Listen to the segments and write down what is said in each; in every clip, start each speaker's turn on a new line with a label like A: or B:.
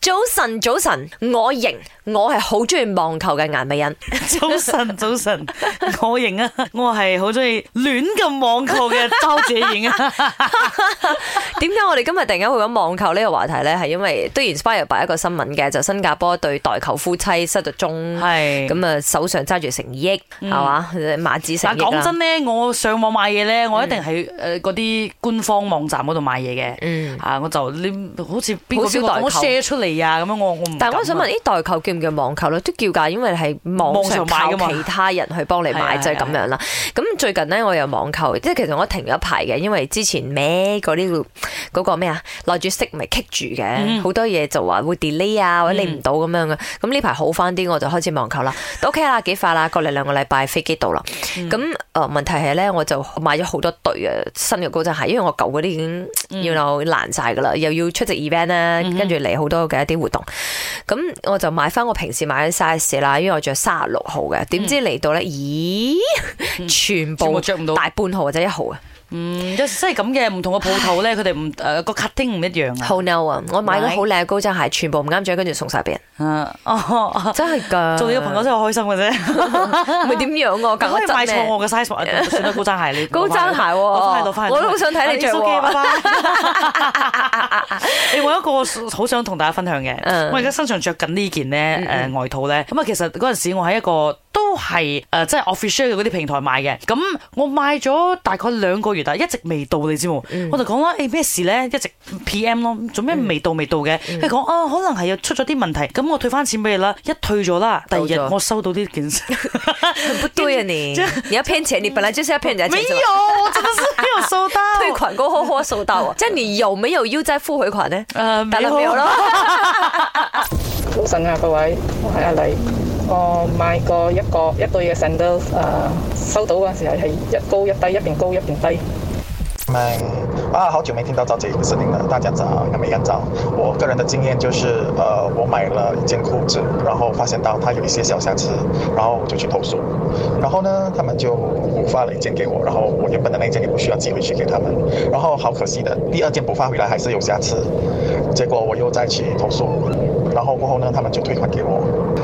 A: 早晨，早晨，我型，我係好中意網球嘅顏美欣。
B: 早晨，早晨，我型啊，我係好中意亂咁網購嘅周姐 型啊，
A: 點解我哋今日突然間去講網球呢個話題呢？係因為都 inspire by 一個新聞嘅，就新加坡對代球夫妻失咗蹤，
B: 係咁。
A: 咁啊手上揸住成億，係嘛、馬子成
B: 但
A: 億啊啦
B: 講真咧，我上網買嘢咧，我一定係誒嗰啲官方網站嗰度買嘢嘅。
A: 嗯，
B: 啊，我就你好似邊個
A: 好少
B: 邊個
A: 代購
B: 我 share 出嚟啊，咁樣我我唔敢啊。
A: 但係我想問，呢代球叫唔叫網球咧？都叫㗎，因為係網上
B: 網上買
A: 靠
B: 㗎嘛
A: 其他人去幫你
B: 係啊
A: 買，就係
B: 係啊
A: 咁樣啦。咁最近呢，我有網球，即係其實我停咗一排嘅，因為之前咩嗰啲嗰個咩啊，內住息咪棘住嘅，
B: 嗯
A: 好多嘢就話會 delay 啊，或者嚟唔到咁樣嘅。咁呢排好翻啲，我就開始網球啦，都 OK 啦，幾快啦，過嚟兩個禮拜飛機到啦。
B: 嗯
A: 咁誒問題係咧，我就買咗好多對嘅新嘅高踭鞋，因為我舊嗰啲已經
B: 嗯
A: 要鬧爛晒㗎啦，又要出席 event 啦，跟住嚟好多嘅一啲活動。咁我就買翻我平時買嘅 size 啦，因為我着三十六號嘅，點知嚟到咧，咦，全
B: 嗯全部
A: 部
B: 着唔到
A: 大半號或者一號啊，
B: 嗯，有時真係咁嘅，唔同嘅鋪頭咧，佢哋唔誒個 cutting 唔一樣啊。
A: 好 no 啊！我買咗
B: 買
A: 好靚嘅高踭鞋，全部唔啱着，跟住送晒俾人，
B: 啊 哦，
A: 真係㗎。
B: 做你個朋友真係開心嘅啫。
A: 唔係點樣啊我
B: 咁
A: 搞
B: 可以買錯
A: 咩？
B: 我 嘅 size，啊算啦，高踭鞋你
A: 高踭鞋喎，
B: 攞返去攞返去
A: 我都好想睇你着
B: It's okay，拜
A: 喎。
B: 拜你我有一個好想同大家分享嘅
A: 嗯，
B: 我而家身上着緊呢件咧
A: 嗯
B: 誒外套咧，咁啊其實嗰陣時我喺一個都係誒即係 official 嘅嗰啲平台買嘅，咁我買咗大概兩個月但啊係一直未到你知冇？
A: 嗯
B: 我就講啦，誒咩事咧？一直 PM 咯，做咩未到未到嘅？
A: 嗯
B: 佢講啊，可能係又出咗啲問題，咁我退翻錢俾你啦，一退咗啦，第二日
A: 到咗
B: 我收到呢 件事。
A: 很不對啊你！你要騙錢，你本來就是要騙人家錢。
B: 沒
A: 是吧
B: 有，我真的是沒有收到。
A: 退款过后或收到啊，即系你有没有又再付回款呢？
B: 呃
A: 打了没有咯？
C: 早晨啊，各位，我係阿麗。我買過一個一對嘅 sandals，誒、收到嗰陣時係係一高一低，一邊高一邊低。
D: 们啊，好久没听到赵姐的声音了。大家早，那美人早。我个人的经验就是，呃，我买了一件裤子，然后发现到它有一些小瑕疵，然后我就去投诉。然后呢，他们就补发了一件给我，然后我原本的那件也不需要寄回去给他们。然后好可惜的，第二件补发回来还是有瑕疵，结果我又再去投诉。然后过后呢，他们就退款给我，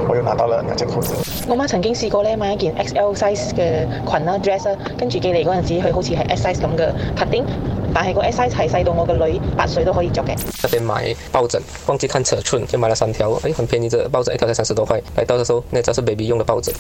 D: 我又拿到了两件裤子。
E: 我媽曾經試過咧買一件 XL size 嘅裙啦、dress 啦，跟住寄嚟嗰陣時，佢好似係 S size 咁嘅 cutting，但係個 S size 係細到我個女八歲都可以着嘅。
F: 那边买抱枕，忘记看尺寸，就买了三条，哎，很便宜，这抱枕一条才三十多块。来到的时候，那条是 baby 用的抱枕。